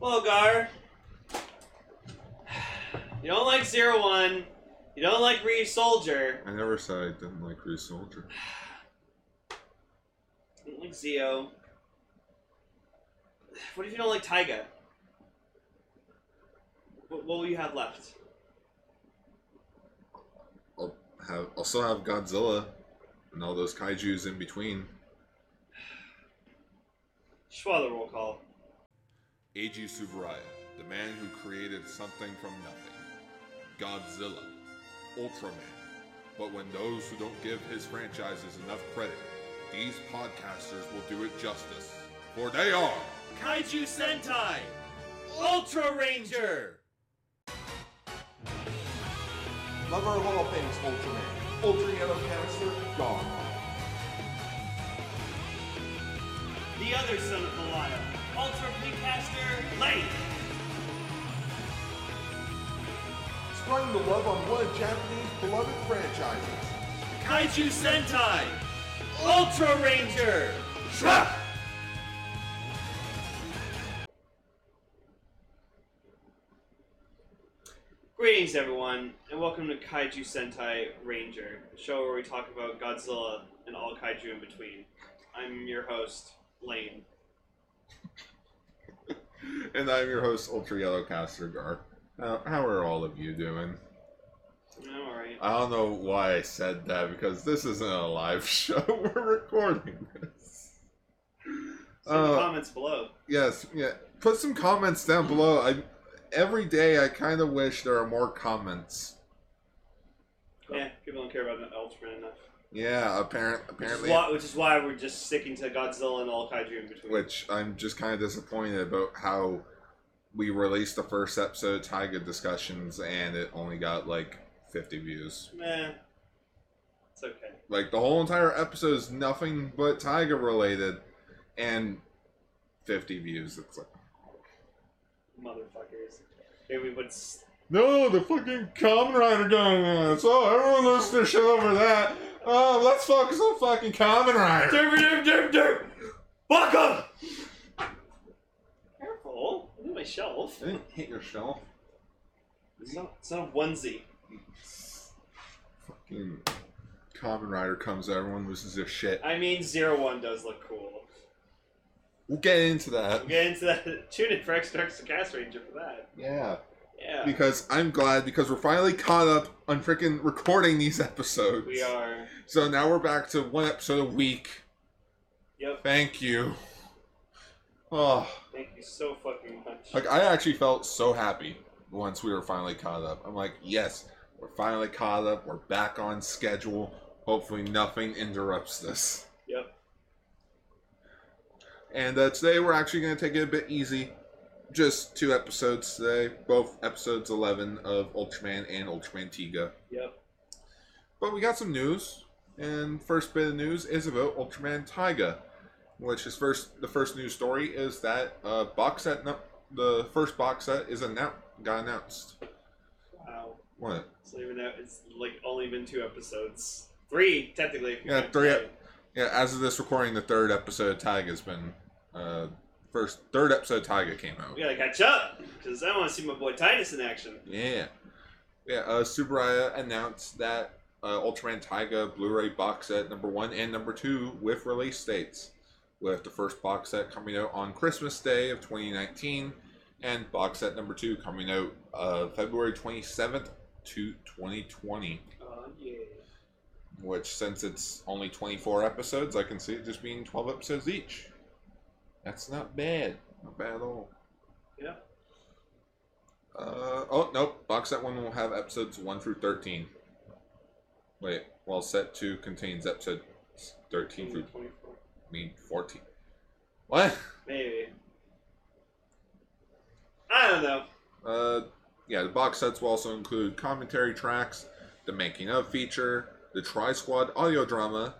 Bogar. You don't like Zero One. You don't like Reed Soldier. I never said I didn't like Reese Soldier. You don't like Zio. What if you don't like Taiga? What, what will you have left? I'll have I'll still have Godzilla and all those kaiju's in between. Schwather roll call. Eiji Suvaraya, the man who created something from nothing. Godzilla, Ultraman. But when those who don't give his franchises enough credit, these podcasters will do it justice. For they are Kaiju Sentai! Ultra Ranger! Lover of all things Ultraman. Ultra Yellow Canister, gone. The other son of Malaya, Ultra Pinkcaster Lake! Spreading the love on one of Japanese beloved franchises. Kaiju Sentai! Ultra Ranger! Greetings, everyone, and welcome to Kaiju Sentai Ranger, the show where we talk about Godzilla and all kaiju in between. I'm your host, Lane. And I'm your host, Ultra Yellow Caster Gar. How, how are all of you doing? I'm alright. I don't know why I said that because this isn't a live show. We're recording this. So in the Uh, comments below. Yes, yeah. Put some comments down below. I every day I kind of wish there are more comments. Yeah, people don't care about the Ultraman enough. Yeah, apparent Which is, apparently, why, which is why we're just sticking to Godzilla and all kaiju in between. which I'm just kind of disappointed about how we released the first episode of Tiger Discussions and it only got like 50 views. Meh. It's okay. Like the whole entire episode is nothing but Tiger related, and 50 views. It's like. Motherfuckers. Maybe we would s- No, the fucking Kamen Rider going on. It's oh, everyone loses their shit over that. Oh, let's focus on fucking Kamen Rider. Derp, derp, derp, derp. Fuck 'em! Careful. I need my shelf. I didn't hit your shelf. It's not, it's not a onesie. Fucking Kamen Rider comes, everyone loses their shit. I mean, Zero One does look cool. We'll get into that. We'll get into that. Tune in for Extra Extra Cast Ranger for that. Yeah. Yeah. Because I'm glad because we're finally caught up on freaking recording these episodes. We are. So now we're back to one episode a week. Yep. Thank you. Oh, Thank you so fucking much. Like I actually felt so happy once we were finally caught up. I'm like, yes, we're finally caught up. We're back on schedule. Hopefully, nothing interrupts this. Yep. And uh, today we're actually going to take it a bit easy. Just two episodes today, both episodes 11 of Ultraman and Ultraman Tiga. Yep. But we got some news, and first bit of news is about Ultraman Taiga, which is first the first news story is that uh, box set no, the first box set is announced got announced. Wow. What? So even though it's like only been two episodes, three technically. if you Yeah, count three today. Yeah, as of this recording, the third episode of Taiga has been uh, first third episode of Taiga came out. We gotta catch up because I want to see my boy Titus in action. Yeah. Yeah, uh, Subaraya announced that uh, Ultraman Taiga Blu-ray box set number one and number two with release dates, with the first box set coming out on Christmas Day of 2019, and box set number two coming out uh, February 27th to 2020. Oh yeah. Which, since it's only 24 episodes, I can see it just being 12 episodes each. That's not bad. Not bad at all. Yeah. Uh, oh, nope. Box set 1 will have episodes 1 through 13. Wait, well, set 2 contains episode 13 through, Twenty-four. I mean, 14. What? Maybe. I don't know. Uh, yeah, the box sets will also include commentary tracks, the making of feature, the Tri Squad audio drama,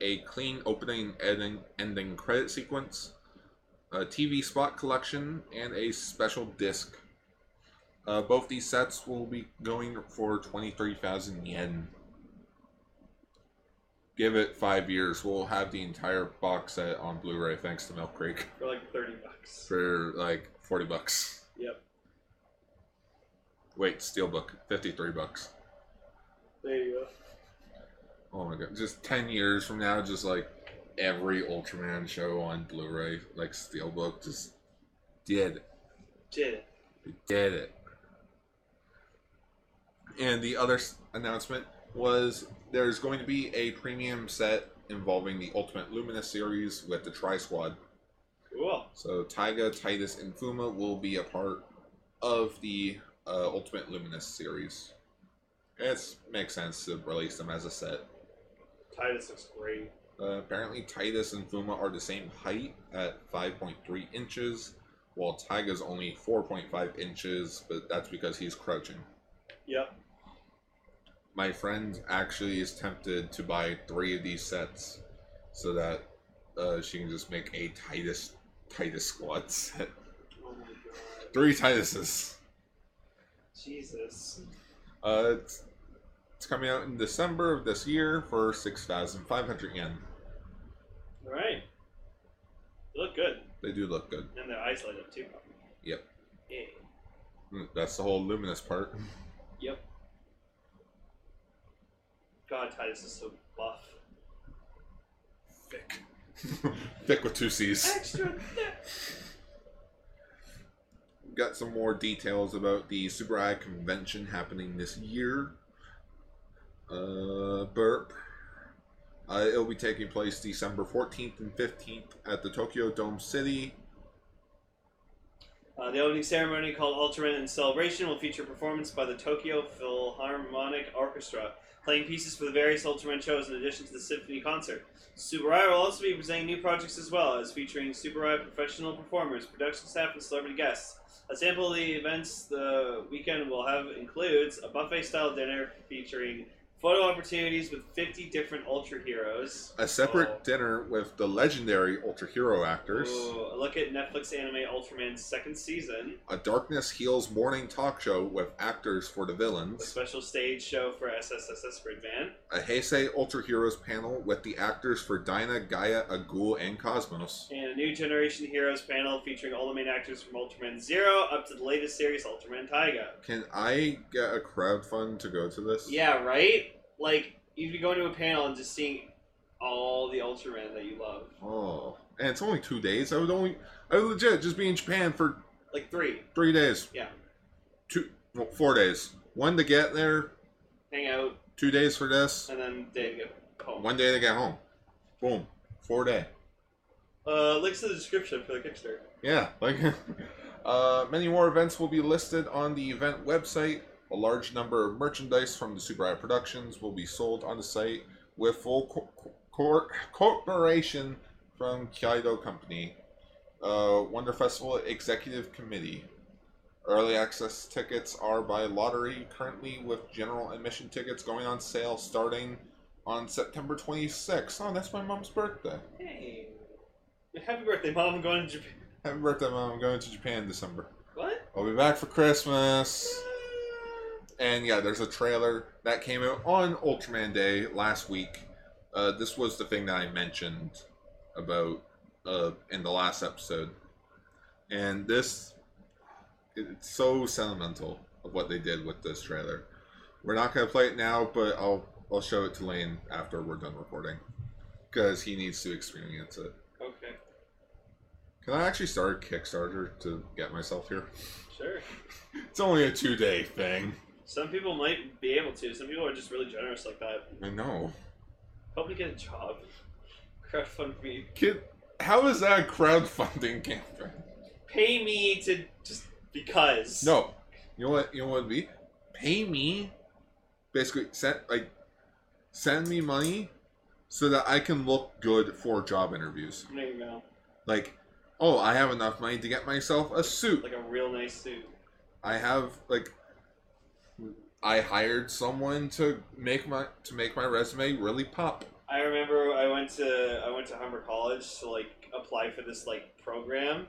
a clean opening and en- ending credit sequence, a TV spot collection, and a special disc. Uh, both these sets will be going for 23,000 yen. give it five years, we'll have the entire box set on Blu-ray thanks to Milk Creek for like thirty bucks. for like forty bucks. Yep. Wait, Steelbook, fifty-three bucks. There you go. Oh my god! Just ten years from now, just like every Ultraman show on Blu-ray, like Steelbook, just did it. Did it. They did it. And the other s- announcement was there's going to be a premium set involving the Ultimate Lumina series with the Tri Squad. Cool. So Taiga, Titus, and Fuma will be a part of the uh, Ultimate Luminous series. It makes sense to release them as a set. Titus looks great. Uh, apparently, Titus and Fuma are the same height at 5.3 inches, while Taiga's only 4.5 inches, but that's because he's crouching. Yep. My friend actually is tempted to buy three of these sets so that uh, she can just make a Titus Titus squad set. Oh my god. Three Tituses. Jesus. Uh, it's, it's coming out in December of this year for 6,500 yen. All right. They look good, They do look good. and their eyes light up too. Yep. Yeah. Mm, That's the whole luminous part. Yep. God, Titus is so buff. Thick. Thick with two C's. Extra thick. Got some more details about the Super Eye convention happening this year. Uh, burp. Uh, it'll be taking place December 14th and 15th at the Tokyo Dome City. Uh, the opening ceremony called Ultraman and Celebration will feature performance by the Tokyo Philharmonic Orchestra, playing pieces for the various Ultraman shows in addition to the symphony concert. Subarai will also be presenting new projects as well, as featuring Subarai professional performers, production staff, and celebrity guests. A sample of the events the weekend will have includes a buffet-style dinner featuring photo opportunities with 50 different Ultra heroes. A separate Oh. dinner with the legendary Ultra Hero actors. Ooh, a look at Netflix anime Ultraman's second season. A Darkness Heals morning talk show with actors for the A villains. special stage show for SSSS Gridman. A Heisei Ultra Heroes panel with the actors for Dinah, Gaia, Agul, and Cosmos. And a new generation heroes panel featuring all the main actors from Ultraman Zero up to the latest series, Ultraman Taiga. Can I get a crowdfund to go to this? Yeah, right? Like, you'd be going to a panel and just seeing all the Ultraman that you love. Oh, and it's only two days. I would only, I would legit just be in Japan for Like, three. three days. Yeah. Two, well, four days. One to get there, Hang out, two days for this, and then they go home. one day to get home. Boom, four day. Uh, links to the description for the Kickstarter. Yeah, like uh, many more events will be listed on the event website. A large number of merchandise from the Super Eye Productions will be sold on the site with full co- co- cor- corporation from Kaido Company, uh, Wonder Festival Executive Committee. Early access tickets are by lottery currently, with general admission tickets going on sale starting on September 26th. Oh, that's my mom's birthday. Hey. Happy birthday, Mom. I'm going to Japan. Happy birthday, mom! I'm going to Japan in December. What? I'll be back for Christmas. And yeah, there's a trailer that came out on Ultraman Day last week. Uh, this was the thing that I mentioned about uh, in the last episode. And this, it- it's so sentimental of what they did with this trailer. We're not gonna play it now, but I'll I'll show it to Lane after we're done recording, because he needs to experience it. Okay, Can I actually start a Kickstarter to get myself here? sure. It's only a two day thing. Some people might be able to. Some people are just really generous like that. I know. Help me get a job. Crowdfund me. Kid, how is that a crowdfunding campaign? Pay me to just because. No, you know what? You know what would be? Pay me, basically send like send me money, so that I can look good for job interviews. I'm gonna email. Like, oh, I have enough money to get myself a suit. Like a real nice suit. I have like I hired someone to make my to make my resume really pop. I remember I went to I went to Humber College to like apply for this like program,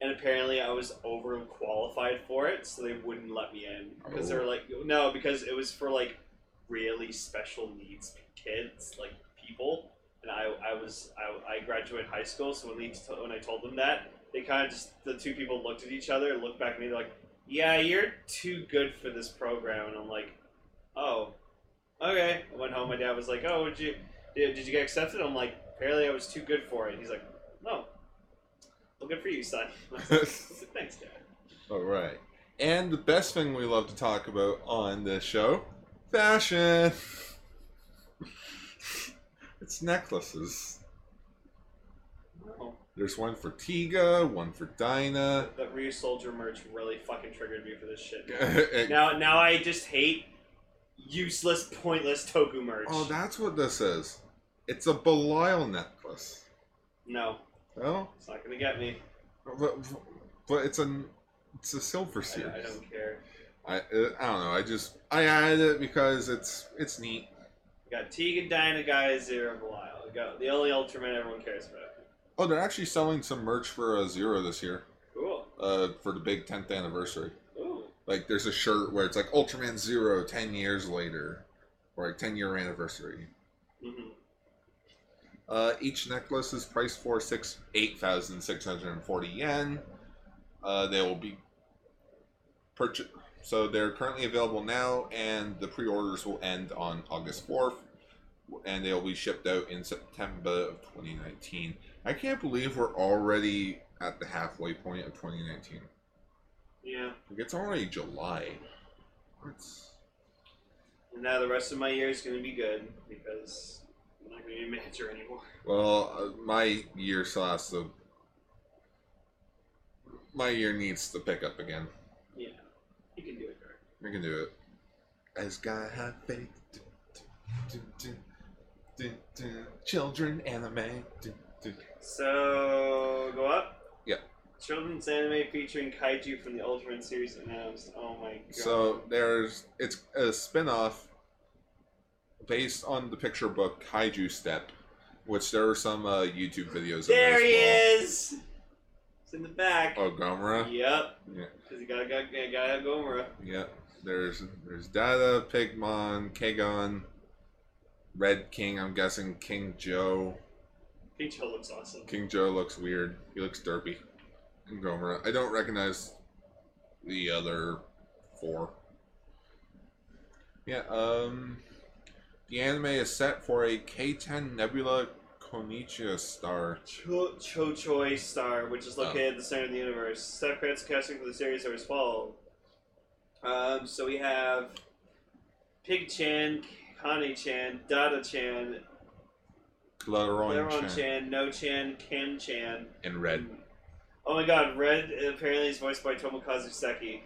and apparently I was overqualified for it, so they wouldn't let me in because they Oh. were like, no, because it was for like really special needs kids, like people, and I, I was I, I graduated high school, so when, they t- when I told them that, they kind of just the two people looked at each other, looked back at me, they're like, "Yeah, you're too good for this program," and I'm like, "Oh, okay." I went home. My dad was like, "Oh, did you did, did you get accepted?" I'm like, "Apparently, I was too good for it." He's like, "No." Well, good for you, son. I was like, Thanks, Dad. All right. And the best thing we love to talk about on this show fashion. it's necklaces. Oh. There's one for Tiga, one for Dinah. That Ryu Soldier merch really fucking triggered me for this shit. And- Now, now I just hate useless, pointless Toku merch. oh, that's what this is. It's a Belial necklace. no, Oh, it's not gonna get me. but, but it's a it's a silver I, series. I don't care. I, uh, I don't know. I just I added it because it's it's neat. We got Tegan, Dinah, guys, Zero, Belial. We got the only Ultraman everyone cares about. Oh, they're actually selling some merch for uh, Zero this year, Cool. uh, for the big 10th anniversary. Ooh. Like, there's a shirt where it's like Ultraman Zero 10 years later, or like 10 year anniversary. hmm Uh, each necklace is priced for six eight thousand six hundred and forty yen. Uh, they will be purchased. So they're currently available now, and the pre-orders will end on August fourth, and they will be shipped out in September of twenty nineteen. I can't believe we're already at the halfway point of twenty nineteen. Yeah. Like it's already July. It's And now the rest of my year is gonna be good because I'm not gonna be a manager anymore. Well, uh, my year still has to. My year needs to pick up again. Yeah. You can do it, Derek. We can do it. As God have faith. do, do, do, do, do, do. Children anime. do, do. So go up. Yep. Children's anime featuring kaiju from the Ultraman series announced. Oh my god. So there's it's a spin-off based on the picture book Kaiju Step, which there are some uh, YouTube videos. of there as he well. is. It's in the back. Oh, Gomera. Yep. Yeah. Cause you gotta got gotta have Gomora. Yeah, there's there's Dada, Pigmon, Kagon, Red King. I'm guessing King Joe. Picho looks awesome. King Joe looks weird. He looks derpy. And Gomera. I don't recognize the other four. Yeah. Um, the anime is set for a K10 Nebula Konichiwa star. Cho Cho Choi Star, which is located at the center of the universe. Staff credits and casting for the series are as follows. Um, so we have Pig Chan, Kane Chan, Dada Chan, Leron Claron Chan Chan, No Chan, Ken Chan. and Red. Oh my god, Red apparently is voiced by Tomokazu Seki.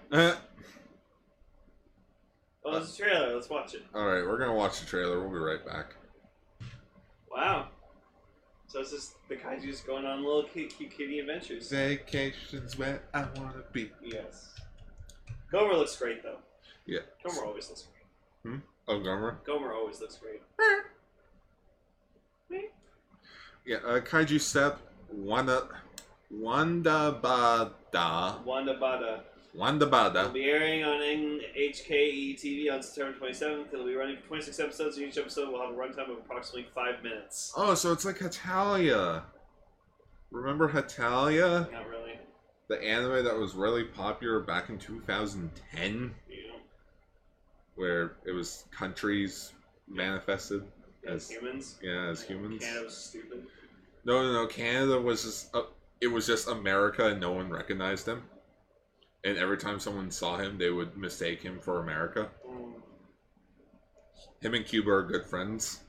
Oh, there's a trailer. Let's watch it. All right, we're gonna watch the trailer. We'll be right back. Wow. So it's just the kaiju's going on little cute, cute kitty adventures. Vacations where I wanna be. Yes. Gomer looks great, though. Yeah. Gomer always looks great. Oh, Gummer. Gomer always looks great. Yeah, uh, Kaiju Step, Wanda, Wandabada, Wanda Bada will Wandabada. be airing on NHKE TV E on September 27th. It'll be running for 26 episodes, and each episode will have a runtime of approximately five minutes. Oh, so it's like Hatalia. Remember Hatalia? Not really. The anime that was really popular back in 2010, You know, where it was countries manifested as as humans. yeah as humans. Canada was stupid. No, no, no. Canada was just uh, it was just America, and no one recognized him. And every time someone saw him, they would mistake him for America. Mm. Him and Cuba are good friends.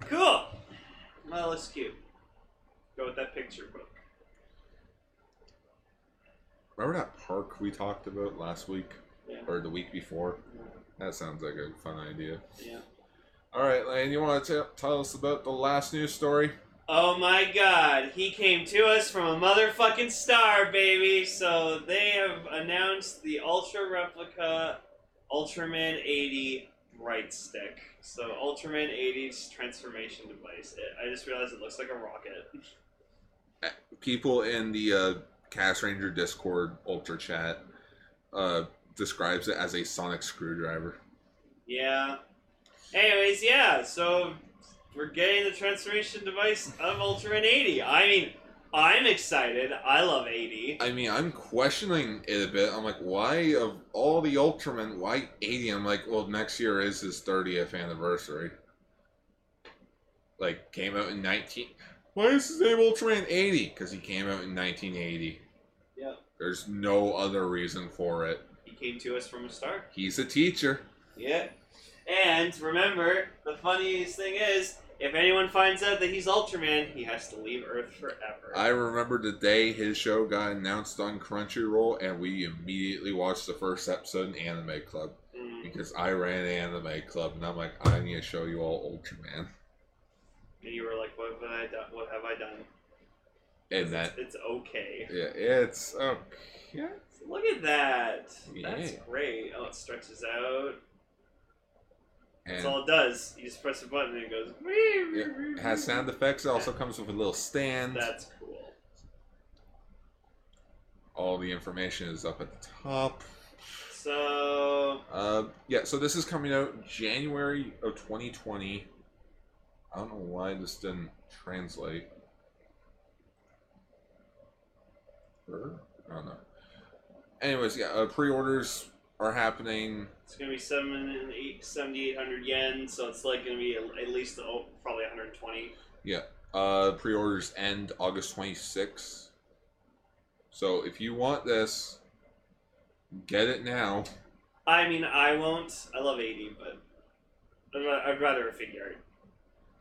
Cool. Well, looks cute. Go with that picture book. Remember that park we talked about last week Yeah. or the week before? That sounds like a fun idea. Yeah. All right, Lane, you want to tell us about the last news story? Oh my god, he came to us from a motherfucking star, baby! So they have announced the Ultra Replica Ultraman 80 Bright Stick. So Ultraman 80's transformation device. It, I just realized it looks like a rocket. People in the uh, Cast Ranger Discord Ultra Chat uh, describes it as a sonic screwdriver. Yeah. Anyways, yeah, so we're getting the transformation device of Ultraman 80. I mean, I'm excited. I love 80. I mean, I'm questioning it a bit. I'm like, why of all the Ultraman, why 80? I'm like, well, next year is his 30th anniversary. Like, came out in 19. Why is his name Ultraman 80? Because he came out in 1980. Yeah. There's no other reason for it. He came to us from a star. He's a teacher. Yeah. And remember, the funniest thing is, if anyone finds out that he's Ultraman, he has to leave Earth forever. I remember the day his show got announced on Crunchyroll, and we immediately watched the first episode in Anime Club Mm, because I ran Anime Club, and I'm like, I need to show you all Ultraman. and you were like, "What have I done? What have I done?" And that, It's okay. yeah, it's okay. Look at that. That's Yeah. great. Oh, it stretches out. That's And all it does. You just press a button and it goes. it has sound effects. It also comes with a little stand. That's cool. All the information is up at the top. So Uh, yeah, so this is coming out January of 2020. I don't know why this didn't translate. Or- I don't know. Anyways, yeah, uh, pre-orders are happening. it's gonna be seven and eight, 7,800 yen. So it's like gonna be at at least oh, probably 120. Uh, pre-orders end August 26th. So if you want this, get it now. I mean, I won't. I love 80, but I'd ra- I'd rather a figure out.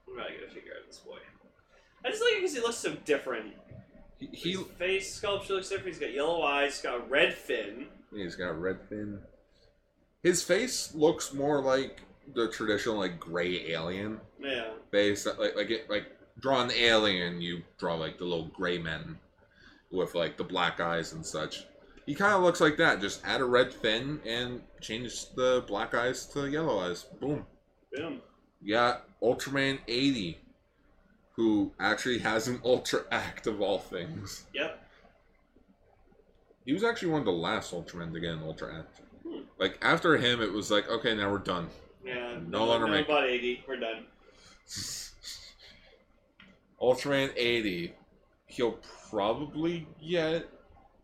I'm not gonna figure out this boy. I just like him because he looks so different. He, His he face sculpture looks different. He's got yellow eyes. He's got a red fin. He's got a red fin. His face looks more like the traditional like gray alien Yeah. face. Like like it like draw an alien, you draw like the little gray men with like the black eyes and such. He kind of looks like that. Just add a red fin and change the black eyes to yellow eyes. Boom. Boom. You got Ultraman 80, who actually has an Ultra Act of all things. Yep. He was actually one of the last Ultraman to get an Ultra Act. Hmm. Like after him, it was like, okay, now we're done. Yeah. No No, longer no, make- about 80. We're done. Ultraman 80, he'll probably get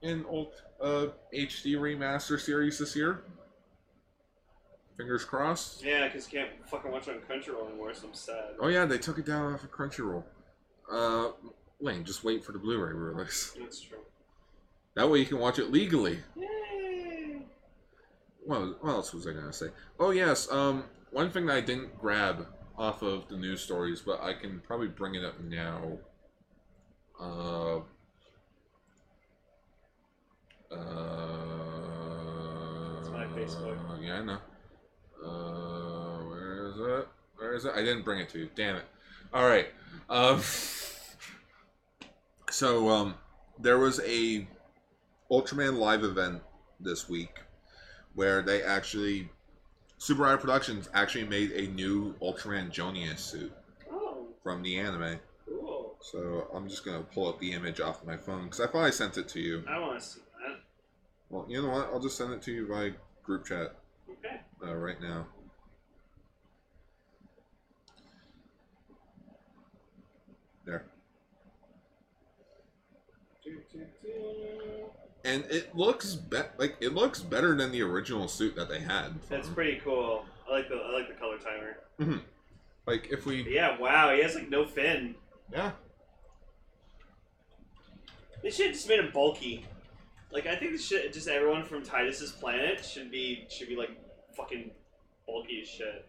an ult- uh, HD remaster series this year. Fingers crossed. Yeah, because you can't fucking watch it on Crunchyroll anymore, so I'm sad. Oh yeah, they took it down off of Crunchyroll. Uh, Wayne, just wait for the Blu-ray release. That's true. That way you can watch it legally. Yay! Well, what else was I gonna say? Oh yes, um, one thing that I didn't grab off of the news stories, but I can probably bring it up now. Uh, uh, It's my Facebook. Yeah, I know. Uh, where is it? Where is it? I didn't bring it to you. Damn it! All right. Um, so um, there was a Ultraman live event this week where they actually Super Eye Productions actually made a new Ultraman Jonius suit Oh, from the anime. cool. So I'm just gonna pull up the image off my phone because I thought I sent it to you. I want to see that. Well, you know what? I'll just send it to you by group chat Okay. uh, right now. There. And it looks be- like it looks better than the original suit that they had. That's pretty cool. I like the I like the color timer. like if we Yeah, wow, he has like no fin. yeah They should have just made him bulky. Like I think this shit just everyone from Titus's planet should be should be like fucking bulky as shit.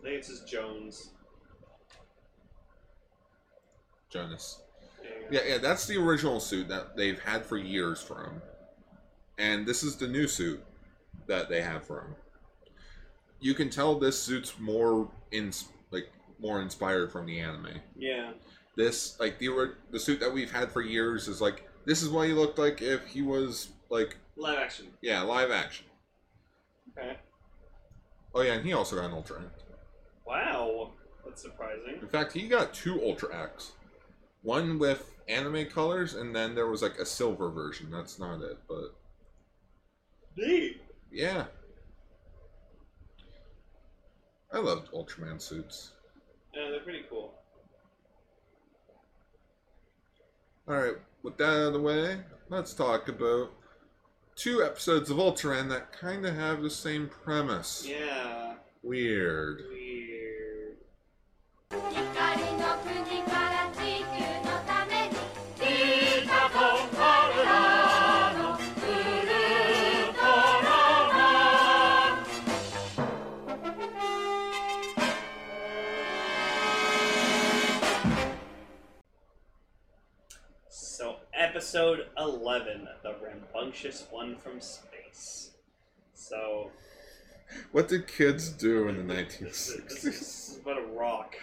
I think it's just Jones. Jonas. There you go. Yeah, yeah, that's the original suit that they've had for years for him. And this is the new suit that they have for him. You can tell this suit's more in like more inspired from the anime. Yeah. This like the ori- the suit that we've had for years is like this is what he looked like if he was like Live action. yeah, live action. Okay. Oh yeah, and he also got an Ultra Act. Wow. That's surprising. In fact, he got two Ultra Acts. One with anime colors and then there was like a silver version. That's not it, but Neat. yeah. I loved Ultraman suits. Yeah, they're pretty cool. All right, with that out of the way, let's talk about two episodes of Ultraman that kind of have the same premise. Yeah. Weird. Weird. 光の国から地球のために」「ピカボカルラのウルトラマン」 So, episode 11, the rambunctious one from space. So, What did kids do in the this is, 1960s? this is- this is about a rock.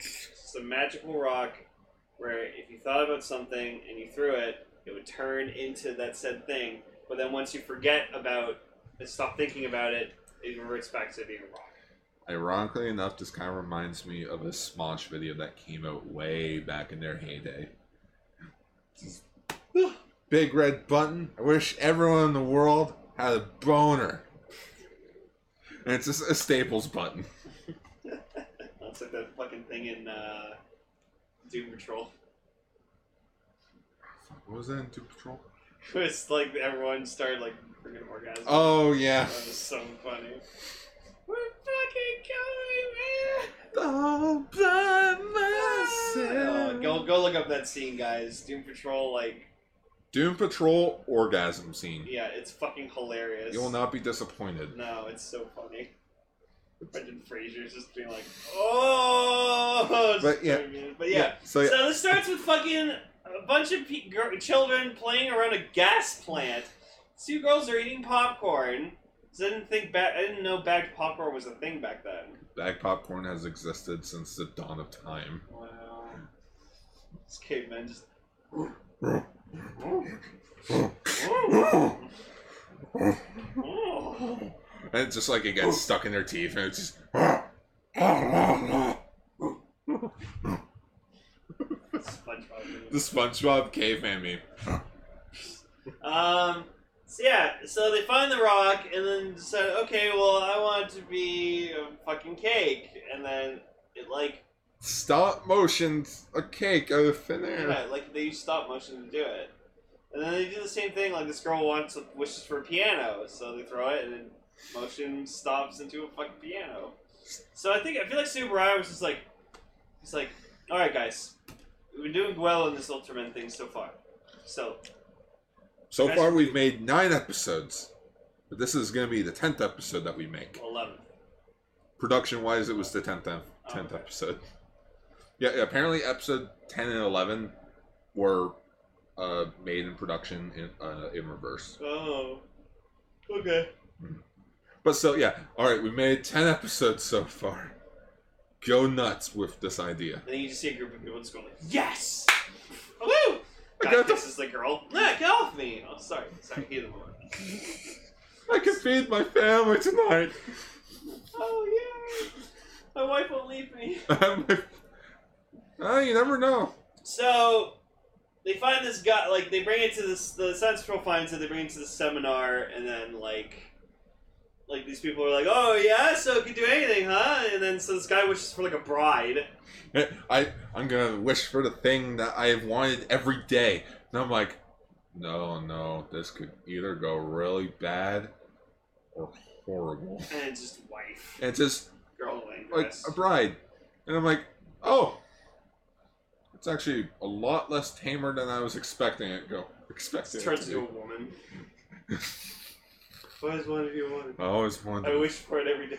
It's a magical rock where if you thought about something and you threw it, it would turn into that said thing. But then once you forget about and stop thinking about it, it reverts back to being a rock. Ironically enough, this kind of reminds me of a Smosh video that came out way back in their heyday. Big red button. I wish everyone in the world had a boner. And it's just a Staples button. That's like that fucking thing in uh, Doom Patrol. What was that in Doom Patrol? It's like everyone started like freaking orgasm. Oh yeah. That was so funny. We're fucking All by going, man. myself. Oh, go go look up that scene, guys. Doom Patrol, like, Doom Patrol orgasm scene. yeah, it's fucking hilarious. You will not be disappointed. No, it's so funny. Brendan Fraser's just being like, oh. But yeah. but yeah. So yeah. So this starts with fucking a bunch of pe- gir- children playing around a gas plant. Two girls are eating popcorn. 'Cause I didn't think ba- I didn't know bagged popcorn was a thing back then. Bag popcorn has existed since the dawn of time. Wow. These cavemen just. Oh, oh. and it's just like it gets stuck in their teeth, and it's just. The SpongeBob. SpongeBob caveman meme. Um. So yeah. So they find the rock and then decide, okay, well, I want to be a fucking cake, and then it like Stop motion's a cake out of thin Yeah, air. like they use stop motion to do it. And then they do the same thing, like this girl wants wishes for a piano, so they throw it and then motion stops into a fucking piano. So I think I feel like Subaru was just like he's like, Alright guys, we've been doing well in this Ultraman thing so far. So So far, we've made nine episodes, but this is going to be the tenth episode that we make. eleven. Production wise, it was the tenth tenth Okay. episode. Yeah, apparently episode ten and eleven were uh, made in production in uh, in reverse. Oh. Okay. But so yeah, all right, we made ten episodes so far. Go nuts with this idea. Then you just see a group of people just going like, Yes! Woo! I Guy got the- kisses the girl. Nah, get off me! Oh sorry, sorry, hear the woman. I can feed my family tonight. Oh yeah, my wife won't leave me. I'm like, oh, you never know. So they find this guy. Like they bring it to this. The Science Patrol finds it. They bring it to the seminar, and then like, like these people are like, oh yeah, so it can do anything, huh? And then so this guy wishes for like a bride. I I'm gonna wish for the thing that I have wanted every day, and I'm like, no, no, this could either go really bad or horrible. And it's just wife, And it's just girl, and like dress. a bride, and I'm like, oh, it's actually a lot less tamer than I was expecting it go expecting. Just It turns to into be. a woman. Why is one of you a woman? I always wanted. I wish for it every day.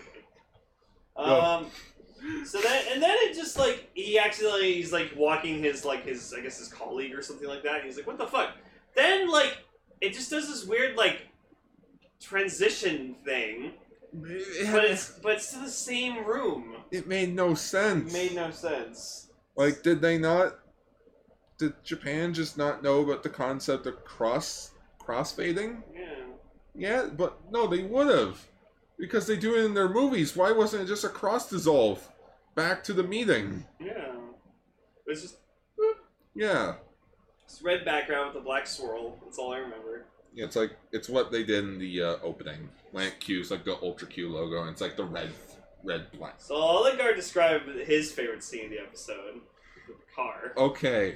Um, so then and then it just like he accidentally he's like walking his like his I guess his colleague or something like that. And he's like, what the fuck? Then like it just does this weird like transition thing, It, but it's but it's to the same room. it made no sense. Made no sense. Like, did they not? Did Japan just not know about the concept of cross crossfading? Yeah. Yeah, but no, they would have, because they do it in their movies. Why wasn't it just a cross dissolve back to the meeting? Yeah. It's just Yeah, this red background with a black swirl. That's all I remember. yeah it's like it's what they did in the uh, opening when it cues like the Ultra Q logo, and it's like the red red blank. So I'll let Gar describe his favorite scene in the episode. Car. Okay.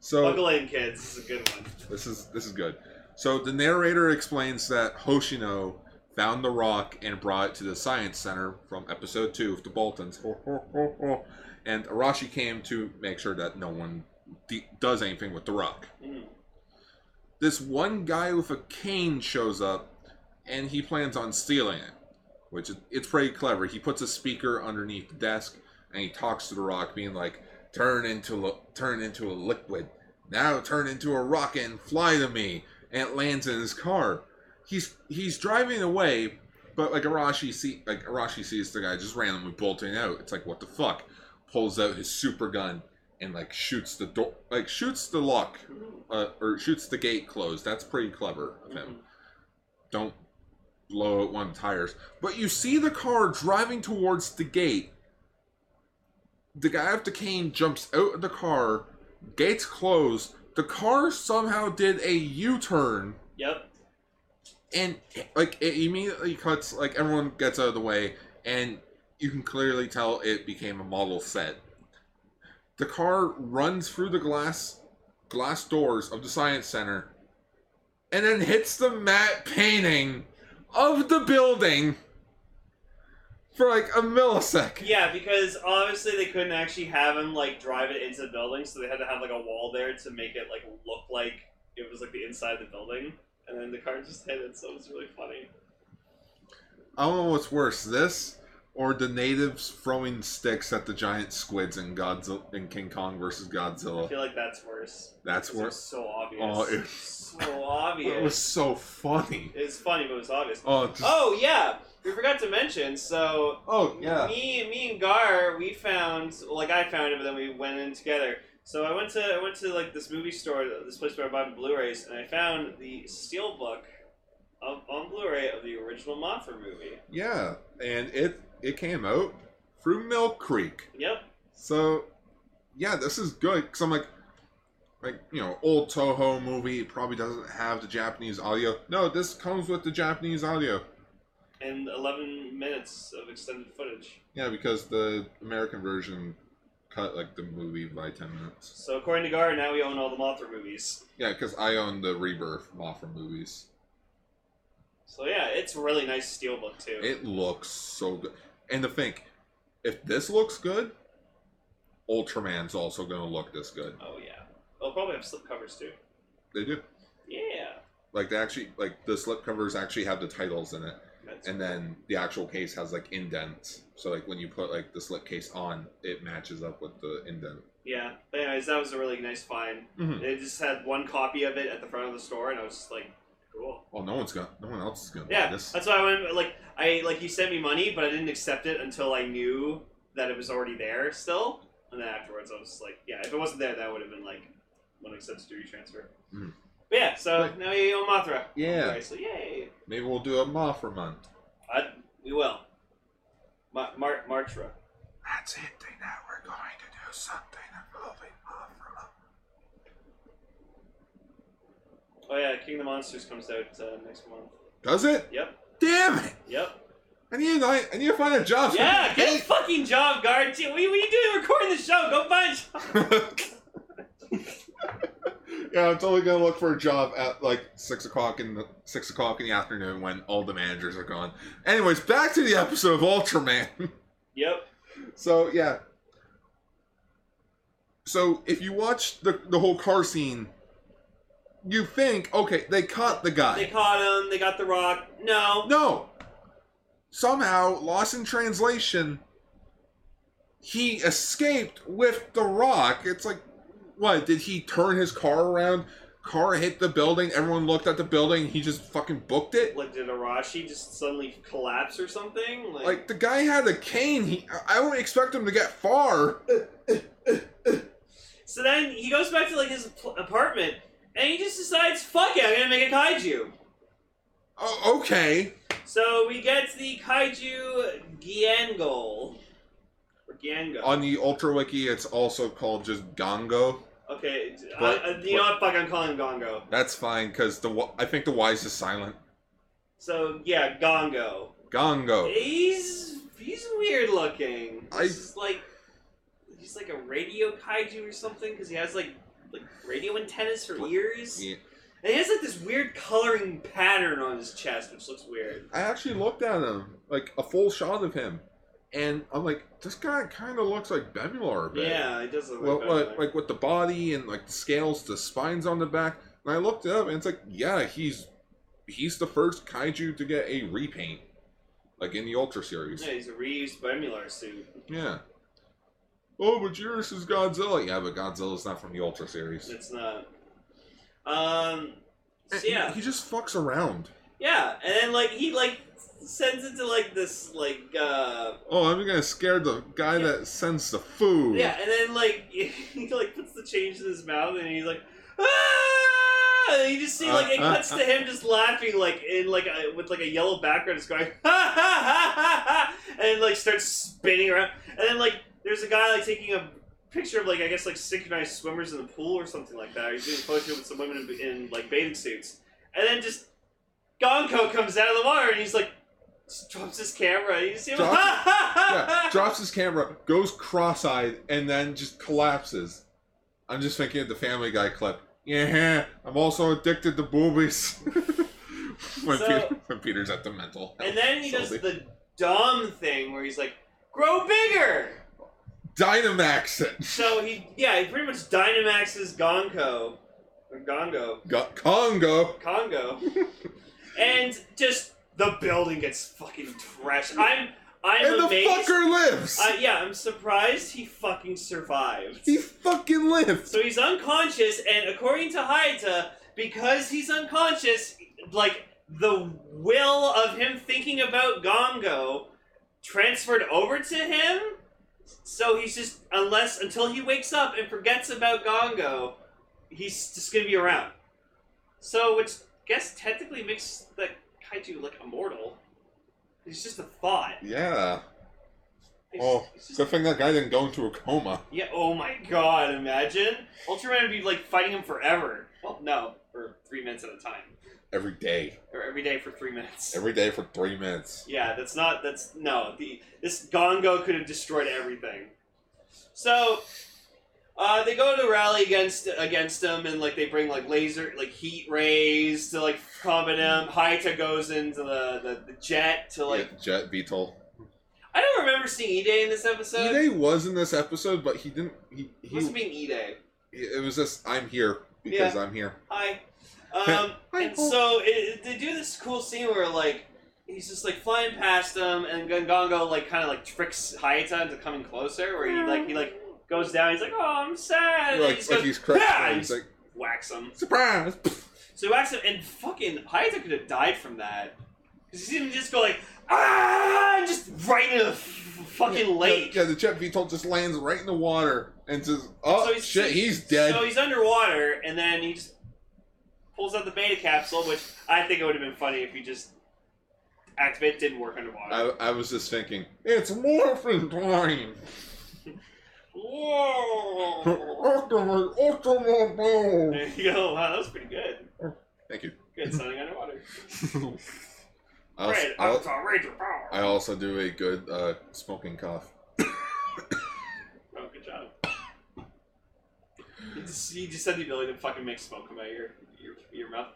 So Buckle in, kids. This is a good one. This is this is good. So the narrator explains that Hoshino found the rock and brought it to the science center from episode two of the Boltons. Ho, ho, ho, ho. And Arashi came to make sure that no one de- does anything with the rock. Mhm. This one guy with a cane shows up, and he plans on stealing it, which is, it's pretty clever. He puts a speaker underneath the desk, and he talks to the rock, being like, "Turn into a, turn into a liquid." Now turn into a rocket and fly to me. And it lands in his car. He's he's driving away, but like Arashi see like Arashi sees the guy just randomly bolting out. It's like what the fuck? Pulls out his super gun and like shoots the door like shoots the lock Mhm. uh, or shoots the gate closed. That's pretty clever of Mm-hmm. him. Don't blow out one of the tires. But you see the car driving towards the gate. The guy with the cane jumps out of the car, gates closed. The car somehow did a U turn Yep. and like it immediately cuts like everyone gets out of the way and you can clearly tell it became a model set the car runs through the glass glass doors of the science center and then hits the matte painting of the building for like a millisecond Yeah, because obviously they couldn't actually have him like drive it into the building, so they had to have like a wall there to make it like look like it was like the inside of the building. And then the car just hit it, so it was really funny. i don't know what's worse this or the natives throwing sticks at the giant squids in Godzilla in King Kong versus I Godzilla. feel like that's worse. That's Because it was worse. So obvious. Oh, it- so It was obvious. so funny. It's funny, but it was obvious. Oh, just, Oh yeah, we forgot to mention. So oh yeah. Me, me and Gar, we found like I found it, but then we went in together. So I went to I went to like this movie store, this place where I bought the Blu-rays, and I found the steel book of, on Blu-ray of the original Mothra movie. Yeah, and it it came out through Milk Creek. Yep. So yeah, this is good cuz I'm like like, you know, old Toho movie probably doesn't have the Japanese audio. No, this comes with the Japanese audio. And 11 minutes of extended footage. Yeah, because the American version cut like the movie by 10 minutes. So according to Gar, now we own all the Mothra movies. Yeah, cuz I own the Rebirth Mothra movies. So yeah, it's really nice steel book too. It looks so good. And to think if this looks good, Ultraman's also going to look this good. oh yeah. They'll probably have slipcovers too. They do. Yeah. like they actually like the slipcovers actually have the titles in it That's and then the actual case has like indents so like when you put like the slipcase on it matches up with the indent Yeah. But anyways, that was a really nice find. Mhm. They just had one copy of it at the front of the store, and I was just like, cool. well no one's gonna no one else is gonna buy Yeah, this that's why I went. Like I like he sent me money, but I didn't accept it until I knew that it was already there still. And then afterwards, I was just like, yeah, if it wasn't there, that would have been like one accepts duty transfer. Mhm. But yeah, so Right. now you own Mothra. Yeah. Okay, so yay, maybe we'll do a Mothra month I, we will. Ma- Mar- Martra. that's it they now we're going to do something involving Mothra Oh yeah, King of the Monsters comes out uh, next month. does it Yep, damn it yep. I need a, I need to find a job Yeah, get a Hey! fucking job, guard. We we do recording the show. Go find. a job. yeah, I'm totally gonna look for a job at like six o'clock in the six o'clock in the afternoon when all the managers are gone. Anyways, back to the episode of Ultraman. Yep. so yeah. So if you watch the the whole car scene, you think, okay, they caught the guy. They caught him. They got the rock. No. No. Somehow, lost in translation, he escaped with the rock. It's like, what? Did he turn his car around? Car hit the building. Everyone looked at the building. He just fucking booked it. Like, did Arashi just suddenly collapse or something? Like, Like the guy had a cane. He, I don't expect him to get far. so then he goes back to like his pl- apartment, and he just decides, "Fuck it, I'm gonna make a kaiju." Oh, okay. So we get the kaiju Giangol. or Giango. On the Ultra Wiki, it's also called just Gongo. okay, I- But- I, you know what? Fuck, I'm calling him Gongo. That's fine because the wi- I think the wise is silent. So yeah, Gongo. Gongo. He's He's weird looking. I- He's just like he's like a radio kaiju or something because he has like like radio antennas for ears. Yeah. And he has like this weird coloring pattern on his chest, which looks weird. I actually looked at him, like a full shot of him, and I'm like, this guy kind of looks like Bemular a bit. Yeah, it does look Well, like, like, that. like with the body and like the scales, the spines on the back. And I looked it up, and it's like, yeah, he's he's the first kaiju to get a repaint, like in the Ultra series. yeah, he's a reused Bemular suit. Yeah. Oh, but yours is Godzilla. Yeah, but Godzilla's not from the Ultra series. It's not. Um. So, And Uh, he- yeah. He just fucks around. Yeah, and then like he like sends it to like this like uh Oh, I'm gonna scare the guy Yeah. that sends the food. yeah, and then like he like puts the change in his mouth and he's like ah! and you just see like it Uh, uh, cuts to him just laughing like in like a, with like a yellow background just going ha ha ha ha ha and like starts spinning around and then like there's a guy like taking a picture of like I guess like synchronized swimmers in the pool or something like that. Or he's doing a photo shoot with some women in, in like bathing suits, and then just Gonko comes out of the water and he's like just drops his camera. And you see him. Drops- yeah, drops his camera, goes cross-eyed, and then just collapses. I'm just thinking of the Family Guy clip. Yeah, I'm also addicted to boobies. when, So- Peter, when Peter's at the mental. And health then he does facility. the dumb thing where he's like, grow bigger! Dynamax it. So he, yeah, he pretty much Dynamaxes Gonko, or Gongo, Got Congo. Congo, and just the building gets fucking trashed. I'm, I'm and the amazed. fucker lives. I- yeah, I'm surprised he fucking survived. he fucking lives. So he's unconscious, and according to Hayata, because he's unconscious, like the will of him thinking about Gongo transferred over to him. So he's just unless until he wakes up and forgets about Gongo, he's just gonna be around. So which I guess technically makes the kaiju like immortal. It's just a thought. Yeah. It's- Oh, it's just good thing that guy didn't go into a coma. yeah. Oh my God! Imagine Ultraman would be like fighting him forever. Well, no, for three minutes at a time, Every day. or every day for three minutes. Every day for three minutes. yeah, that's not. That's no. The this Gongo could have destroyed everything. So, uh, they go to rally against against him, and like they bring like laser, like heat rays to like combat him. Haita goes into the, the, the jet to like. Yeah, Jet Beetle. I don't remember seeing Ide in this episode. Ide was in this episode, but he didn't. He, he must have been Ide. it was just I'm here because I'm here. Hi. Um, Hi, and Paul. so it, they do this cool scene where like he's just like flying past them, and Gongongo like kind of like tricks Hayata into coming closer, where he like he like goes down. He's like, "Oh, I'm sad." and he like, just like goes, he's crushed. "Yeah!" and and He's like whacks him. surprise. So he whacks him, and fucking Hayata could have died from that. Cause he didn't just go like ah, and just right in the f- fucking lake. Yeah, the jet VTOL just lands right in the water and just oh So he's- shit, he's dead. So he's underwater, and then he just pulls out the beta capsule, which I think it would have been funny if he just activated. Didn't work underwater. I, I was just thinking, it's morphin time. Whoa! Ultimate, ultimate ball. there you go. Wow, that was pretty good. Thank you. Good sounding underwater. I also, Red, I, al- Ultra Ranger Power. I also do a good uh, smoking cough. oh, good job. You just, you just had the ability to fucking make smoke come out of your your, your mouth.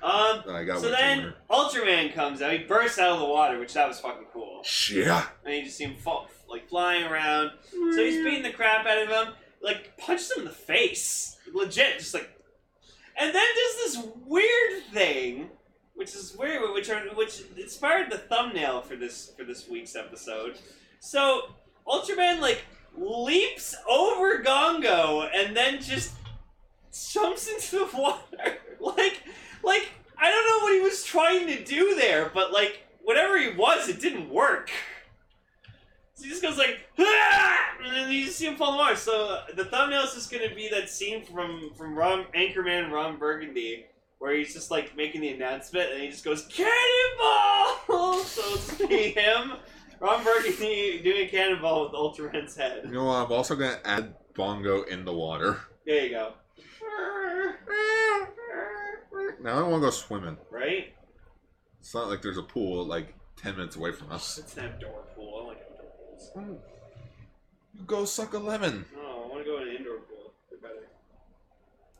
um. that I got So with the then winner. Ultraman comes out. He bursts out of the water, which that was fucking cool. shit. and you just see him fall, like flying around. So he's beating the crap out of him, like punches him in the face, legit, just like. And then does this weird thing, which is weird, which are, which inspired the thumbnail for this for this week's episode. So Ultraman like leaps over Gongo and then just jumps into the water, like like. I don't know what he was trying to do there, but like whatever he was, it didn't work. So he just goes like, "Ah!" and then you just see him fall in the water. So uh, the thumbnail is just gonna be that scene from from Ron Anchorman Ron Burgundy, where he's just like making the announcement, and he just goes cannonball. so it's gonna be him, Ron Burgundy doing a cannonball with Ultraman's You head. know what? I'm also gonna add bongo in the water. There you go. Now I want to go swimming. Right? It's not like there's a pool. Like ten minutes away from us. It's an outdoor pool. I don't like outdoor pools. Mm. You go suck a lemon. No, Oh, I want to go in an indoor pool. They're better.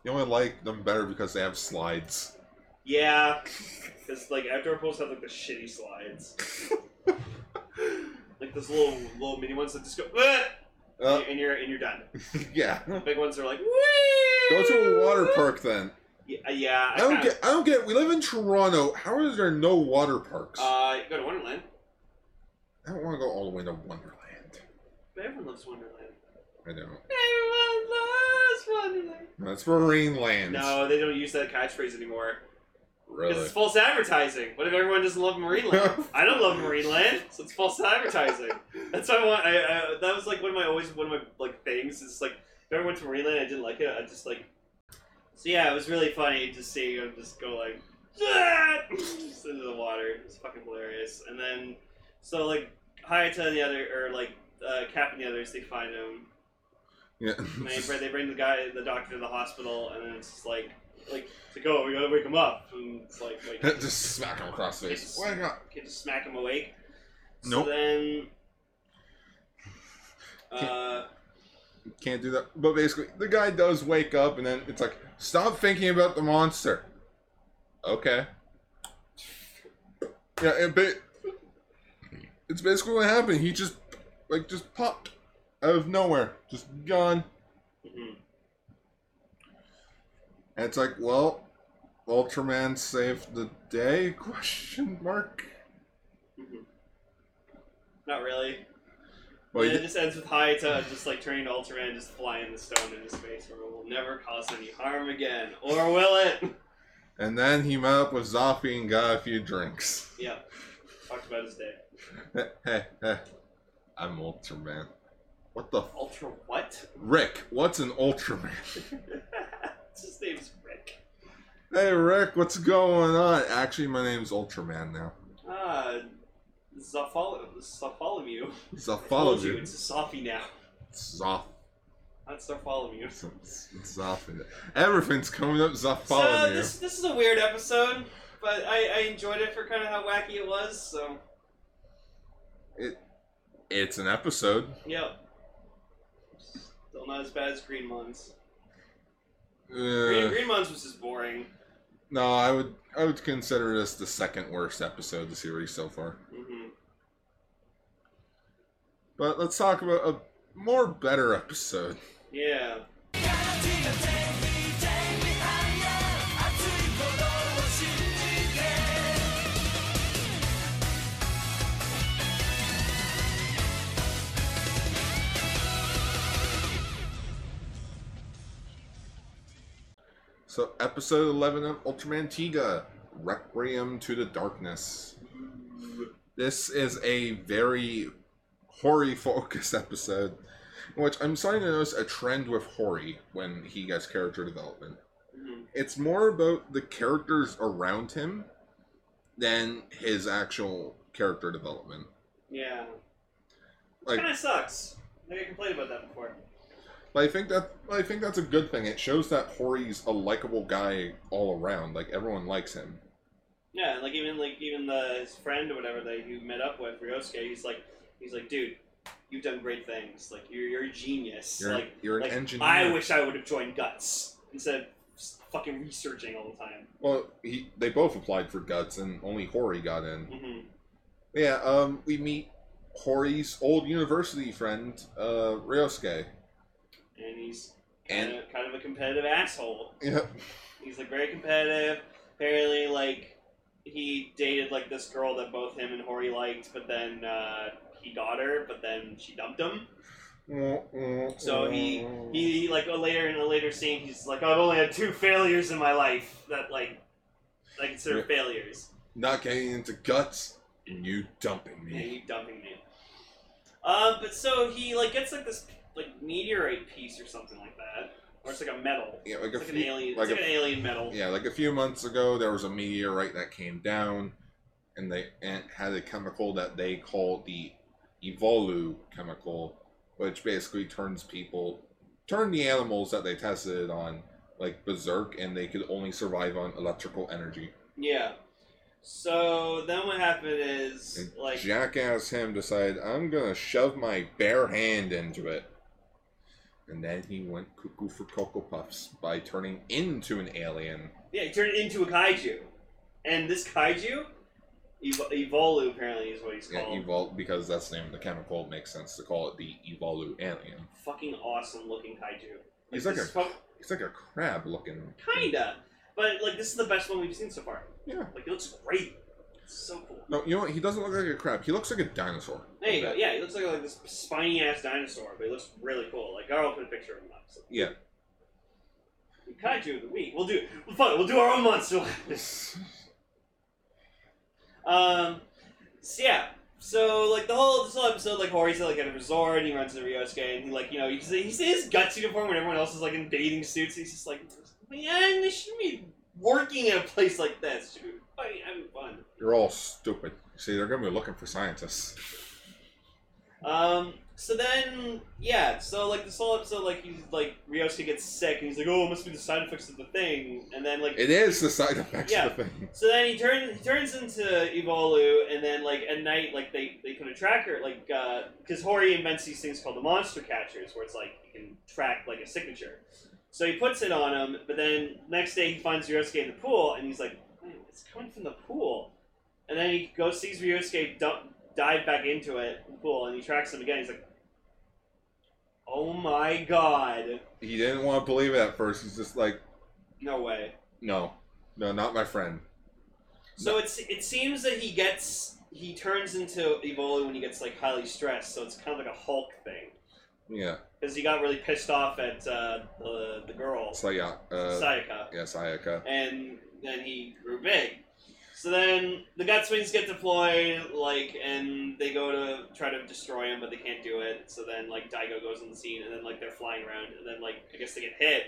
You only like them better because they have slides. Yeah, because like outdoor pools have like the shitty slides, like those little little mini ones that just go, "Ah!" Uh, and you're and you're done. yeah. The big ones are like, Go to a water park then. yeah, uh, yeah. I don't kinda- get. I don't get. We live in Toronto. How is there no water parks? Uh, you go to Wonderland. I don't want to go all the way to Wonderland. But everyone loves Wonderland. I don't. Everyone loves Wonderland. That's Marine Land. No, they don't use that catchphrase anymore. Because Really? it's false advertising. What if everyone doesn't love Marineland? I don't love Marineland, so it's false advertising. That's why I want. I, I, that was like one of my always one of my like things. Is like if I ever went to Marineland, I didn't like it. I just like. So yeah, it was really funny just seeing him just go like "Ah!" just into the water. It was fucking hilarious. And then so like Hayata and the other or like uh, Cap and the others, they find him. Yeah. And they, bring- they bring the guy, the doctor, to the hospital, and then it's just like, like, it's like, oh, we gotta wake him up. And it's like, like, Just smack him across the face. It's- Wake up. can just smack him awake. Nope. So then, uh, Can't do that. But basically, the guy does wake up, and then it's like, stop thinking about the monster. Okay. Yeah, it, but it's basically what happened. He just, like, just popped out of nowhere, just gone. mhm. And it's like, well, Ultraman saved the day? Question mark. mm-hmm. not really. Well, he and it did- just ends with Hayata just like turning to Ultraman, just flying the stone into space, where it will never cause any harm again, or will it? and then he met up with Zoffy and got a few drinks. yeah. Talked about his day. Heh, heh, heh. I'm Ultraman. What the? F- Ultra what? Rick, what's an Ultraman? his name's Rick. Hey Rick, what's going on? Actually, my name's Ultraman now. Ah, Zafal- Zafalamu. Told Zophalog. It's a Safi now. Zoph. Not Zafalamu. Zoph. Everything's coming up So Zophalog. this this is a weird episode, but I, I enjoyed it for kind of how wacky it was. So It's an episode. yeah, still not as bad as Green Mons. Green, Uh, Green Mons was just boring. no, I would I would consider this the second worst episode of the series so far. hmm But let's talk about a more better episode. Yeah. So episode eleven of Ultraman Tiga, Requiem to the Darkness. Mm-hmm. This is a very Hori focused episode, in which I'm starting to notice a trend with Hori when he gets character development. hmm It's more about the characters around him than his actual character development. Yeah. Like kind of sucks. I think I complained about that before. But I think that I think that's a good thing. It shows that Hori's a likable guy all around. Like everyone likes him. Yeah, like even like even the his friend or whatever that you met up with Ryosuke, he's like he's like, dude, you've done great things. Like you're you're a genius. You're, like you're an like, engineer. I wish I would have joined Guts instead of s- fucking researching all the time. Well, he, they both applied for guts, and only Hori got in. hmm Yeah. Um, we meet Hori's old university friend, uh, Ryosuke. And he's kind, And of, kind of a competitive asshole. yeah, He's like very competitive. Apparently, like he dated like this girl that both him and Hori liked, but then uh, he got her, but then she dumped him. So he he like a later in a later scene, he's like, I've only had two failures in my life that like I consider Yeah. failures. not getting into guts, and you dumping Yeah, me. you dumping me. Um, but so he like gets like this like meteorite piece or something like that, or it's like a metal. Yeah, It's like a like an few- alien. like it's like a- an alien metal. Yeah, like a few months ago, there was a meteorite that came down, and they and it had a chemical that they call the Evolu chemical, which basically turns people, turn the animals that they tested it on like berserk, and they could only survive on electrical energy. Yeah. So then what happened is like Jackass him decided, I'm gonna shove my bare hand into it. And then he went cuckoo for Cocoa Puffs by turning into an alien. uh, yeah, he turned into a kaiju, and this kaiju, Ev- Evolu apparently is what he's Yeah, called. evol because that's the name of the chemical. It makes sense to call it the Evolu alien. Fucking awesome looking kaiju. He's like this a- is prob- He's like a crab looking. kinda, but like this is the best one we've seen so far. Yeah. Like it looks great. It's so cool. No, you know what? He doesn't look like a crab. He looks like a dinosaur. There you I go. bet. Yeah, he looks like like this spiny ass dinosaur, but he looks really cool. Like I'll put a picture of him up. So. Yeah. Kaiju of the week. We'll do. Well, fuck. it, We'll do our own monster. um. So yeah. So like the whole this whole episode, like Hori's like at a resort, and he runs into Ryosuke, and he like you know he's he's in his gutsy uniform when everyone else is like in bathing suits. He's just like, man, they shouldn't be working at a place like this. Should be fucking having fun. You're all stupid. See, they're gonna be looking for scientists. Um. So then, yeah. So like this whole episode, like he's like Ryosuke gets sick, and he's like, "Oh, it must be the side effects of the thing." And then like, It is the side effects Yeah. of the thing. so then he turns he turns into Evolu, and then like at night, like they they put a tracker, like because Hori invents these things called the monster catchers, where it's like you can track like a signature. So he puts it on him, but then next day he finds Ryosuke in the pool, and he's like, "Man, "It's coming from the pool." And then he goes sees Ryosuke dump, dive back into it, in the pool, and he tracks him again. He's like, "Oh my god, He didn't want to believe it at first. He's just like, no way!" no, no, not my friend. So it's it seems that he gets he turns into Evolu when he gets like highly stressed. So it's kind of like a Hulk thing Yeah, because he got really pissed off at uh, the the girl Saya, uh, Sayaka, yeah, Sayaka. and then he grew big. So then the Gutswings get deployed, like, and they go to try to destroy him, but they can't do it. So then like Daigo goes on the scene, and then like they're flying around, and then like I guess they get hit.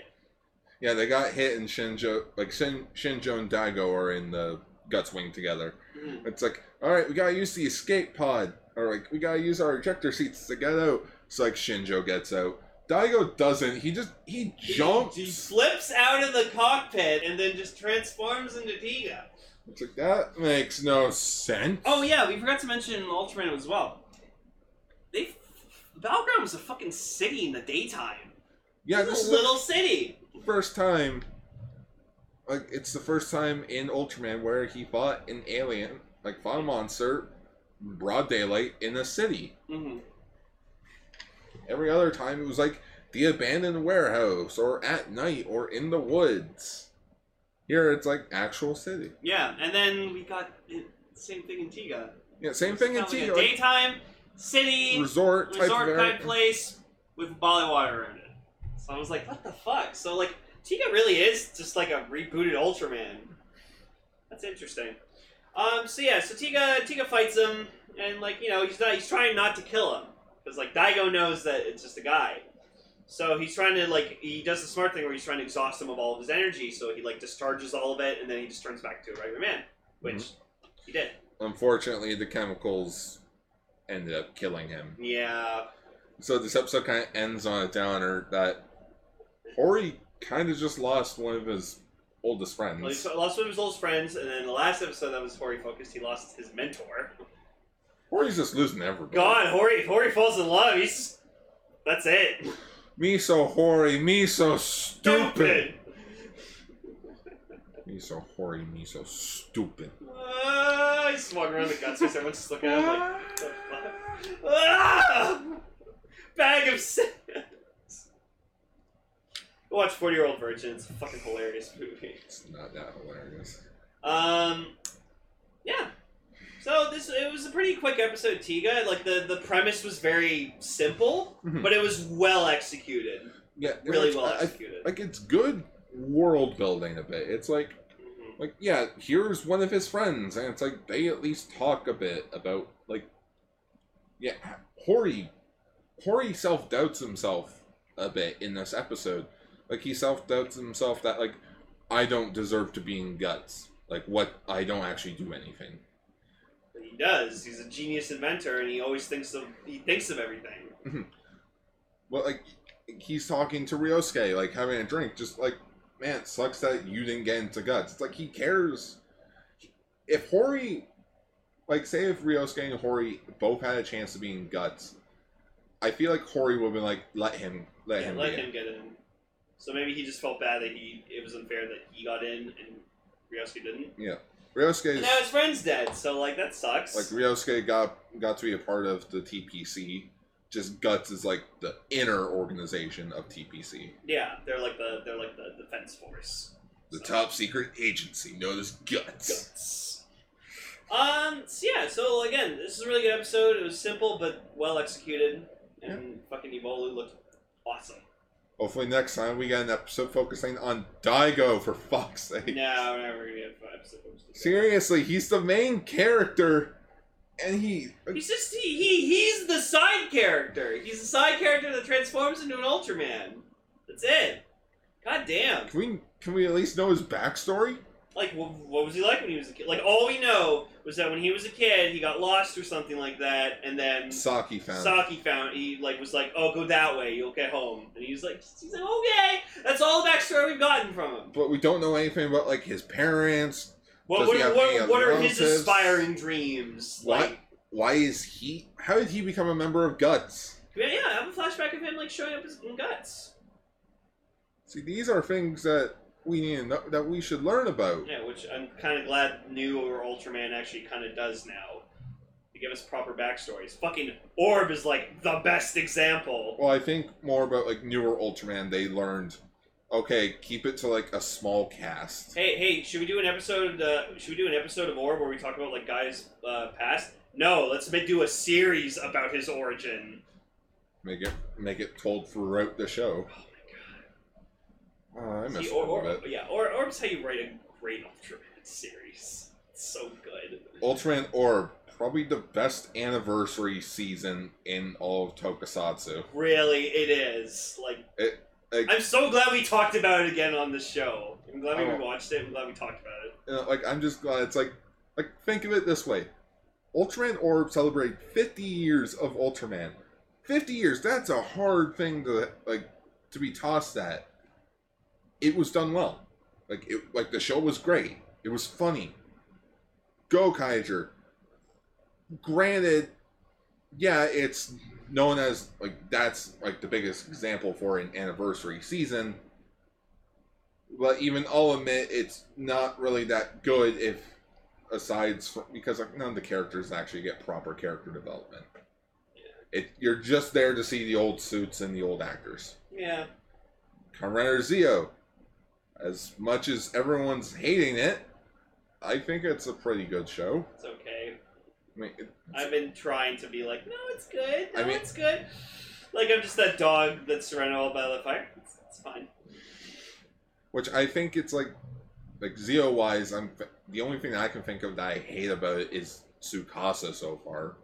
Yeah, they got hit, and Shinjo, like Shin, Shinjo and Daigo are in the guts wing together. Mhm. It's like, all right, we gotta use the escape pod, or like we gotta use our ejector seats to get out. So like Shinjo gets out. Daigo doesn't. He just he jumps. He flips out of the cockpit and then just transforms into Tiga. It's like that makes no sense. Oh yeah, we forgot to mention Ultraman as well. They Belgram is a fucking city in the daytime. yeah, It's this is a the little city. first time like it's the first time in Ultraman where he fought an alien, like fought a monster, broad daylight in a city. hmm Every other time it was like the abandoned warehouse or at night or in the woods. Here it's like actual city. Yeah, and then we got the same thing in Tiga. Yeah, same thing in Kinda like Tiga, a like daytime city resort resort type, type of area. place with Bali water around it. So I was like, what the fuck? So like Tiga really is just like a rebooted Ultraman. That's interesting. Um, so yeah, so Tiga Tiga fights him, and like you know he's not he's trying not to kill him because like Daigo knows that it's just a guy. So he's trying to like he does the smart thing where he's trying to exhaust him of all of his energy, so he like discharges all of it, and then he just turns back to a regular man, which Mm-hmm. he did. Unfortunately the chemicals ended up killing him. Yeah, So this episode kind of ends on a downer that Hori kind of just lost one of his oldest well, he friends. f- lost one of his oldest friends, and then the last episode that was Hori focused, he lost his mentor. Hori's just losing everybody. God, Hori Hori falls in love. He's just, that's it. Me so Hori, me so stupid. Me so Hori, me so stupid. Ah, I just walk around the guts. Everyone's just looking at him like, what the fuck? Ah! Bag of sand. Go Watch 40 Year Old Virgin. It's a fucking hilarious movie. It's not that hilarious. Um, yeah. So this it was a pretty quick episode, Tiga. Like the the premise was very simple, Mhm. but it was well executed. Yeah, Really it's- well I- I- executed. like it's good world building a bit. It's like Mhm. like yeah, here's one of his friends, and it's like they at least talk a bit about like yeah, Hori Hori self doubts himself a bit in this episode. Like he self doubts himself that like I don't deserve to be in guts. Like what I don't actually do anything. But He does. He's a genius inventor, and he always thinks of he thinks of everything. Well, like he's talking to Ryosuke, like having a drink, just like man, it sucks that you didn't get into guts. It's like he cares. if Hori, like, say if Ryosuke and Hori both had a chance to be in Guts, I feel like Hori would have been like, let him, let Yeah, him, let be in. him get in. So maybe he just felt bad that he it was unfair that he got in and Ryosuke didn't. Ryosuke And is now his friend's dead, so like that sucks. like Ryosuke got got to be a part of the TPC. Just Guts is like the inner organization of TPC, yeah, they're like the they're like the defense force. the So- top secret agency known as Guts. guts. Um. So yeah. So again, this is a really good episode. It was simple but well executed, and fucking Evolu looked awesome. Hopefully next time we get an episode focusing on Daigo for fuck's sake. No, we're never gonna get five episodes. Seriously, he's the main character, and he He's just he, he he's the side character. He's the side character that transforms into an Ultraman. That's it. God damn. can we can we at least know his backstory? Like what, what was he like when he was a kid? Like all we know was that when he was a kid, he got lost or something like that, and then Saki found. Saki found he like was like, "Oh, go that way, you'll get home." And he was like, "He's like, okay, that's all the backstory we've gotten from him." but we don't know anything about like his parents. What Does what, he have any what, what are his relatives? aspiring dreams? Why- Like, Why is he? How did he become a member of Guts? yeah, yeah, I have a flashback of him like showing up his guts. See, these are things that we need to know, that we should learn about. Yeah, which I'm kind of glad new or Ultraman actually kind of does now. To give us proper backstories. Fucking Orb is like the best example. Well, I think more about like newer Ultraman. They learned, okay, keep it to like a small cast. Hey, hey, should we do an episode? Uh, should we do an episode of Orb where we talk about like guys' uh, past? No, let's ma- do a series about his origin. Make it make it told throughout the show. Oh, I See, missed or, one or, of it. yeah, or, Orb's how you write a great Ultraman series. It's so good. Ultraman Orb, probably the best anniversary season in all of Tokusatsu. Really, it is. Like, It- like- I'm so glad we talked about it again on the show. I'm glad we Oh. watched it. I'm glad we talked about it. You know, uh, like I'm just glad it's like like think of it this way. Ultraman Orb celebrated 50 years of Ultraman. 50 years, that's a hard thing to like to be tossed at. It was done well. Like it like the show was great. It was funny. Go Kaiser. Granted, yeah, it's known as like that's like the biggest example for an anniversary season. But even I'll admit it's not really that good if aside from because like none of the characters actually get proper character development. It you're just there to see the old suits and the old actors. Yeah. Kamen Rider Zeo, as much as everyone's hating it, I think it's a pretty good show. It's okay. I mean, it, I've been trying to be like, no, it's good. No, I mean- it's good. Like I'm just that dog that's surrounded all by the fire. It's, it's fine. which I think it's like like Zeo wise, I'm the only thing that I can think of that I hate about it is Tsukasa so far.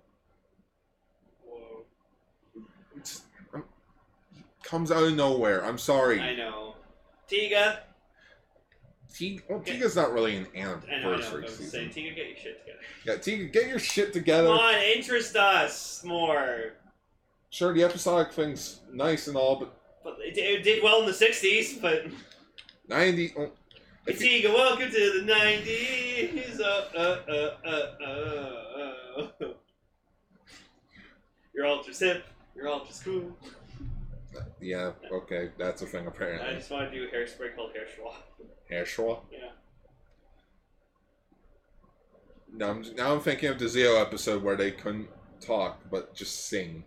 Whoa. It's, um, comes out of nowhere. I'm sorry. I know. Tiga. T- well, Tiga's not really an I know. I know. I anniversary was saying, season. Tiga, get your shit together. Yeah, Tiga, get your shit Come together. on, interest us more. Sure, the episodic thing's nice and all, but But it, it did well in the '60s. But 90. oh, Hey, If you- Tiga, welcome to the '90s. Oh, oh, oh, oh, oh, oh. You're all just hip. You're all just cool. yeah, okay, that's a thing I apparently. just want to do a hairspray called hair swap. Hair Shwa? Yeah. Now I'm, now I'm thinking of the Zeo episode where they couldn't talk but just sing.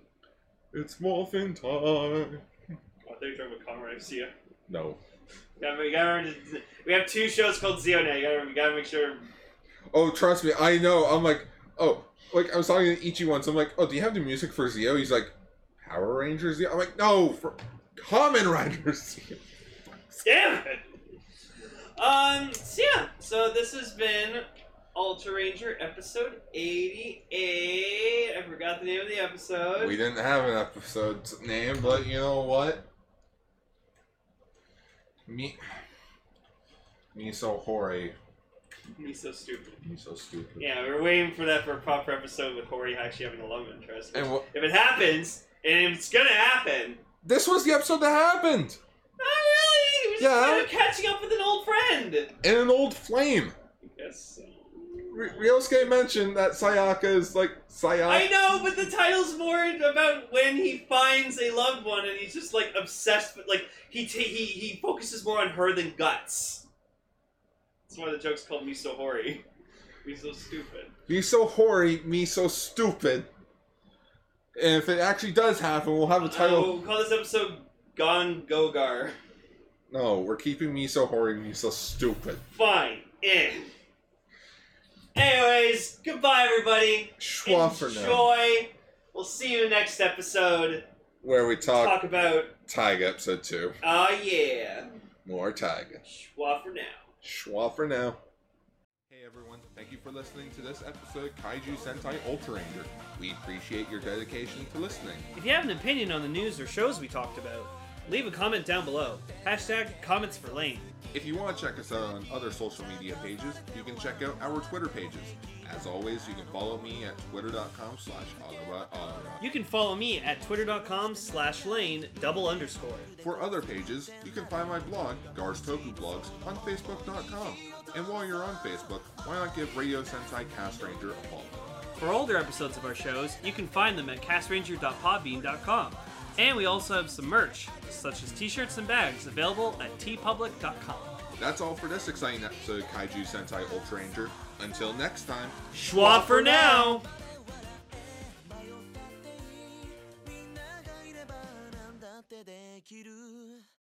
It's morphin' time. I thought you were talking about Comrade Zio. No. Yeah, but you gotta remember, to- we have two shows called Zio now. You gotta, you gotta make sure. Oh, trust me, I know. I'm like, oh, like I was talking to Ichi once. I'm like, oh, do you have the music for Zio? He's like, Power Rangers. Zeo? I'm like, no, for Common Riders. Zeo." Damn it! Um, so yeah, so this has been Ultra Ranger episode 88. I forgot the name of the episode. we didn't have an episode name, but you know what? Me, me so hoary, He's so stupid. me so stupid. Yeah, we were waiting for that for a proper episode with Hori actually having a love interest. And wha- if it happens, and it's gonna happen, this was the episode that happened, not really! It was Yeah. just kind of catching up with an old friend! and an old flame. I guess so. R- Ryosuke mentioned that Sayaka is like I Sayaka. know, but the title's more about when he finds a loved one and he's just like obsessed with like he ta- he he focuses more on her than guts. That's why the joke's called me so hoary. Me so stupid. He's so hoary, me so stupid. And if it actually does happen, we'll have a Uh, title. we'll call this episode Gone Gogar. No, we're keeping me so hoary, me so stupid. Fine. Eh. Anyways, goodbye everybody. Schwa for now. Enjoy. We'll see you next episode. Where we talk Talk about Tiger episode two. oh yeah. More Tiger. Schwa for now. Schwa for now. Hey everyone, thank you for listening to this episode of Kaiju Sentai Ultra Ranger. We appreciate your dedication to listening. If you have an opinion on the news or shows we talked about, leave a comment down below. Hashtag comments for Lane. If you want to check us out on other social media pages, you can check out our Twitter pages. As always, you can follow me at twitter.com slash Ottawa Ottawa. You can follow me at twitter.com slash lane double underscore. For other pages, you can find my blog, Gar's Toku Blogs, on facebook.com. And while you're on Facebook, why not give Radio Sentai Cast Ranger a follow? For older episodes of our shows, you can find them at castranger.podbean.com. And we also have some merch, such as t-shirts and bags, available at tpublic.com. That's all for this exciting episode of Kaiju Sentai Ultra Ranger. Until next time, Schwa for now! 迷っているみんながいれば何だってできる